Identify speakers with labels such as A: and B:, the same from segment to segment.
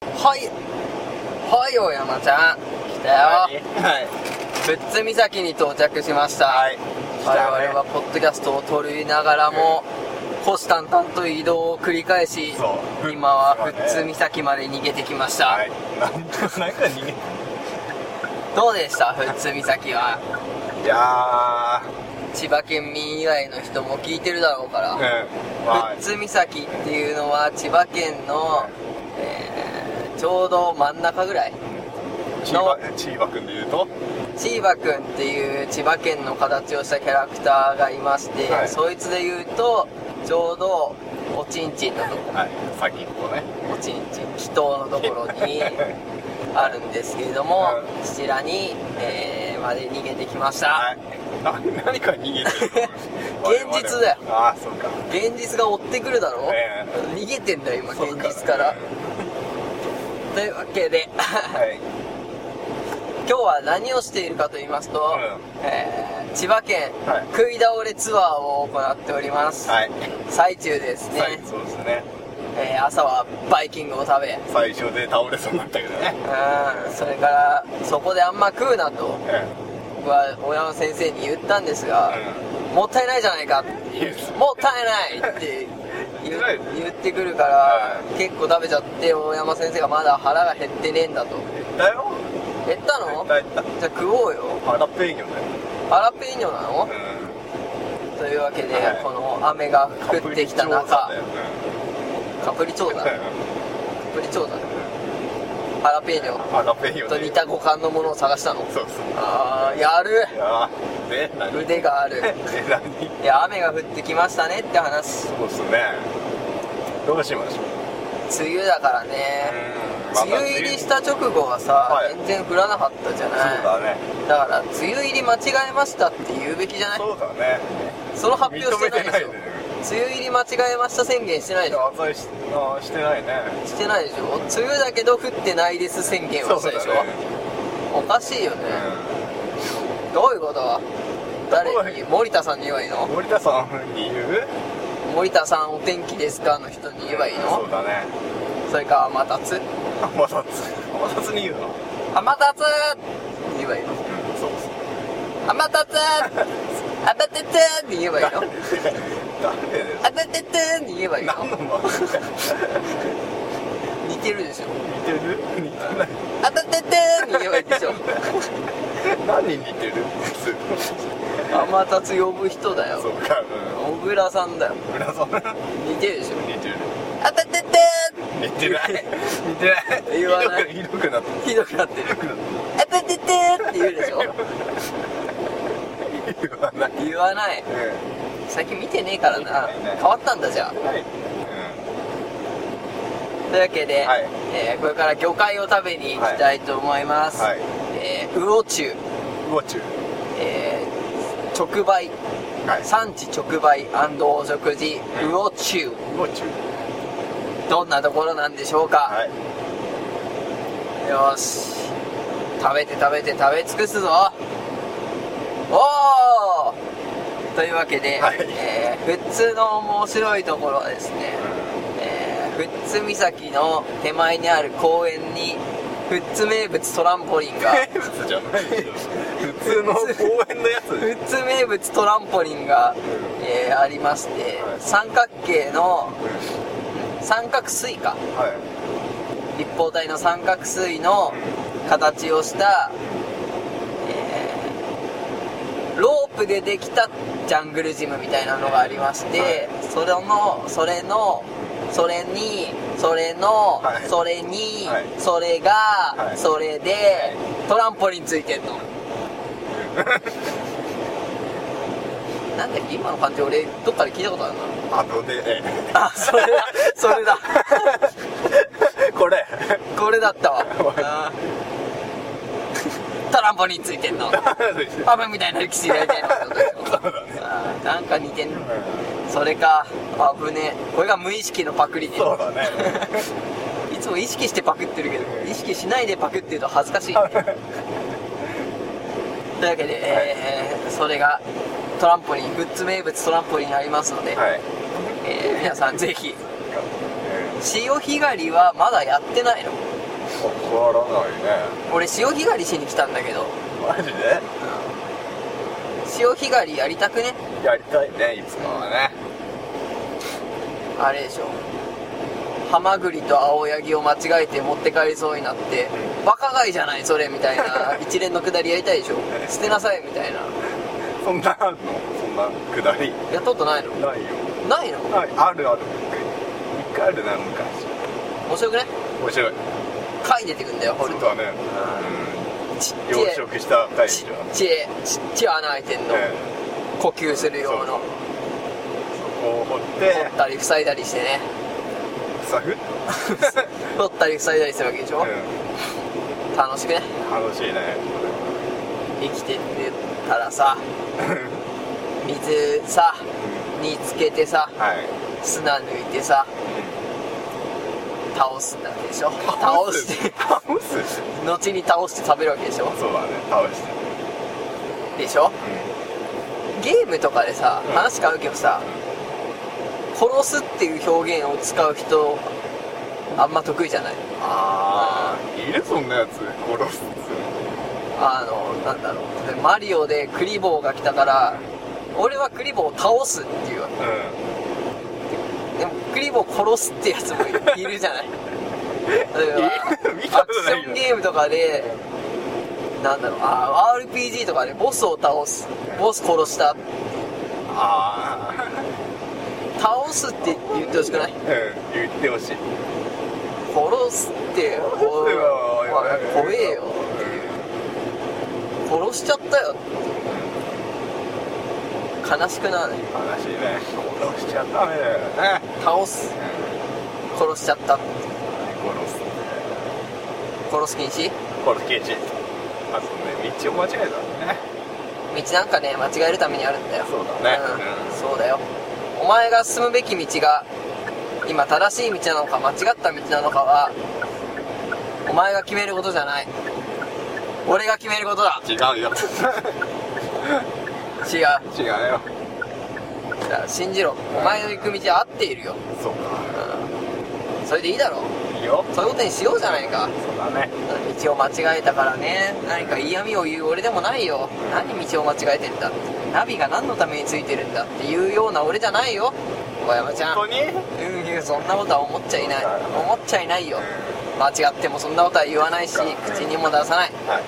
A: はいはいお山ちゃん来たよ、
B: はい
A: 富津岬に到着しました、
B: はい
A: 我々はポッドキャストを撮りながらも、虎視眈々と移動を繰り返し
B: そう
A: 今は
B: そうね
A: 富津岬まで逃げてきました、
B: はいなんかなんか逃げ
A: どうでした富津岬はい
B: や
A: 千葉県民以外の人も聞いてるだろうから、
B: ーうんまあ
A: 富津岬っていうのは千葉県の、えーちょうど真ん中ぐらい
B: チーバチーバくんで言うと
A: チーバくんっていう千葉県の形をしたキャラクターがいまして、
B: はい
A: そいつで言うとちょうどおちんちんのとこ
B: はい先っぽね
A: おちんちん祈祷のところにあるんですけれども、
B: う
A: そちらに、えーまで逃げてきました、
B: はいな何か逃げてる
A: 現実だよ
B: 我々はああそうか
A: 現実が追ってくるだろ、
B: え
A: 逃げてんだよ今
B: そ
A: 現
B: う
A: 実からというわけで
B: はい
A: 今日は何をしているかと言いますと、
B: う
A: えー千葉県
B: はい
A: 食い倒れツアーを行っております、
B: はい
A: 最中ですね、
B: 最そうですね
A: えー朝はバイキングを食べ
B: 最初で倒れそうになったけどね
A: うんそれからそこであんま食うなと
B: うん
A: 僕は大山先生に言ったんですが、もったいないじゃないか
B: うんいいです
A: もったいない って言う言ってくるから結構食べちゃって大山先生がまだ腹が減ってねえんだと
B: だよ
A: 減ったの
B: 絶対だ
A: じゃあ食おうよ
B: 腹ペンよね
A: ハラペーニョなの
B: う
A: というわけで、
B: はい
A: この雨が
B: ん
A: 降ってきた
B: カ
A: 中
B: プリ
A: カプリチョー
B: チョー
A: ザカ
B: ザだよ
A: プリチョーザハラペーニョ
B: 腹ペンよ
A: と
B: ね
A: 似た五感のものを探したの
B: そうそう
A: あーやる
B: いやーで何
A: 腕がある
B: で何
A: いや雨が降ってきましたねって話
B: そうっすねどうしましょう
A: 梅雨だからね
B: また
A: 梅雨入りした直後はさ、
B: はい
A: 全然降らなかったじゃ
B: そう
A: ない
B: だね
A: だから梅雨入り間違えましたって言うべきじゃない
B: そうだね
A: その
B: 認
A: 発表してない
B: めて
A: で
B: な
A: し
B: い
A: ょ
B: ね
A: 梅雨入り間違えました宣言してない
B: い
A: でしょ
B: やそうしあーしてないね
A: してないでしょ梅雨だけど降ってないです宣言をしたでしょ、
B: そうだね
A: おかしいよね、どういうこと誰に森田さんに言えばいいの
B: うん森田さんに言う
A: 森田さんお天気ですかの人に言えばいい
B: そ
A: の
B: うだね
A: それか天達
B: 摩擦摩擦に言うのうん
A: 天達って言えばいいの
B: そうそう
A: 天達天達って言えばいいの
B: 誰で 誰
A: 天達っ
B: で
A: て言えばいいの
B: 何 の摩擦
A: 似てるでしょ
B: 似てる似てない
A: 天達って言えばいいでしょ
B: 何に似てる
A: 天達呼ぶ人だ
B: そ
A: よ
B: うか
A: 小倉さんだよ
B: うん村さん
A: 似てるでしょ
B: 似てる
A: 当たってって
B: 似てない似てない
A: 言わない
B: ひどくひどくなった
A: ひどくなってる当たってってって言うでしょ
B: 言わない
A: 言わない
B: うん
A: 最近見てねえからな
B: 見てないね
A: 変わったんだじゃあ
B: はい
A: というわけで、
B: はい
A: えーこれから魚介を食べに行きたいと思います、
B: はい
A: えー魚中、
B: 魚中
A: えー直売
B: はい
A: 産地直売お食事魚中
B: 魚中
A: どんなところなんでしょうか、
B: はい
A: よし食べて食べて食べ尽くすぞおおというわけで、
B: はい
A: えー普通の面白いところはですね、えー富津岬の手前にある公園に富津名物トランポリンが
B: 名物じゃないでしょ普通の公園のやつ
A: 富津名物トランポリンが、えーありまして
B: はい
A: 三角形の三角錐か
B: は
A: 立方体の三角錐の形をした、えーロープでできたジャングルジムみたいなのがありまして、それのそれのそれにそれの、
B: はい
A: それに、
B: はい
A: それが、
B: い
A: それで、トランポリンついてん のなんだっけ今の感じ俺どっかで聞いたことあるない
B: 後でえ
A: あそれだそれだ
B: え こ れ
A: これだったわ
B: おい
A: あー トランポリンついてんのパブみたいな力士になり たいなってことでしょ
B: そうだね
A: あーなんか似てんの
B: う
A: それかあぶねえこれが無意識のパクリ
B: ん
A: で
B: そうだね
A: いつも意識してパクってるけど意識しないでパクってると恥ずかしいね、というわけで、えーそれがトランポリングッズ名物トランポリンありますので、
B: はい
A: えー皆さんぜひ潮干狩りはまだやってないの
B: やわからないね
A: 俺潮干狩りしに来たんだけど
B: マジで
A: 潮干狩りやりたくね
B: やりたいねいつかはね
A: あれでしょハマグリと青柳を間違えて持って帰りそうになってバカ買いじゃないそれみたいな一連のくだりやりたいでしょ捨てなさいみたいな
B: そんなあんのそんなくだり
A: やったことないの
B: ないよ
A: ないの
B: ないあるある一回あるな昔
A: 面白くね
B: 面白い
A: 貝出てくんだよ掘る
B: 本当
A: と
B: はね、
A: ちっ
B: うん、
A: ちゃ
B: 養
A: い
B: 殖したタイプ
A: ち
B: じゃん
A: っちゃいちっちゃい穴開いてんの、
B: ね
A: 呼吸する用の
B: そこを掘っ
A: 掘
B: て
A: ったり塞いだりしてね
B: サフ、うん、
A: 掘ったり塞いだりするわけでしょ、楽しくね
B: 楽しいね
A: 生きてたらさ水さにつけてさ
B: はい
A: 砂抜いてさ倒すんだけでしょ倒して
B: 倒す
A: 後に倒して食べるわけでしょ
B: そうだね倒して、
A: でしょゲームとかでさ
B: うん
A: 話変わるけどさ殺すっていう表現を使う人あんま得意じゃない
B: ああいるそんなやつ殺す
A: あのなんだろうでマリオでクリボーが来たから俺はクリボーを倒すっていうわけ
B: う
A: でもクリボーを殺すってやつも いいるじゃない例えば
B: いる見た
A: ア
B: こ
A: クシ
B: とない
A: ョ
B: よ
A: ンゲームとかでなんだろうあ RPG とかでボスを倒すボス殺した
B: んああ
A: 倒すって言ってほしくない
B: うん言ってほしい
A: 殺すっておい怖えよ殺しちゃったよ悲しくならない
B: 悲しいね殺しちゃダメだよね
A: 倒す殺しちゃった
B: 殺す
A: 殺す禁止
B: 殺す刑事あとね道を間違えたんだね
A: 道なんかね間違えるためにあるんだよ
B: そうだね
A: うん
B: うん
A: そうだよお前が進むべき道が今正しい道なのか間違った道なのかはお前が決めることじゃない俺が決めることだ
B: 違うよ
A: 違うだか
B: 違うよ
A: ら信じろお前の行く道は合っているよ、
B: そうか
A: うん、それでいいだろ
B: いいよ
A: そういうことにしようじゃないか
B: そうだね
A: 道を間違えたからね何か嫌味を言う俺でもないよ何道を間違えてんだナビが何のためについてるんだっていうような俺じゃないよ小山ちゃん
B: 本当に
A: うんいやそんなことは思っちゃいない
B: はい
A: 思っちゃいないよ間違ってもそんなことは言わないし
B: そうか
A: 口にも出さない
B: はい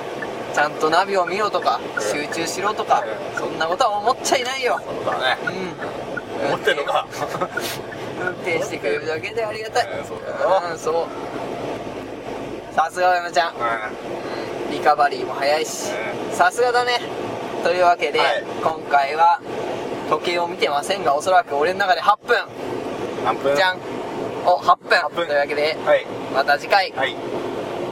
A: ちゃんとナビを見ろとか集中しろとか
B: うん
A: そんなことは思っちゃいないよ
B: そうだね
A: うん
B: 思ってんの か
A: 運転してくれるだけでありがたい
B: うんそうだ
A: うんそうさすが山ちゃん
B: う
A: リカバリーも早いし
B: う
A: さすがだねというわけで、
B: はい
A: 今回は時計を見てませんがおそらく俺の中で8分
B: ん何分
A: じゃんお8分
B: 分
A: というわけで
B: はい
A: また次回
B: はい
A: 「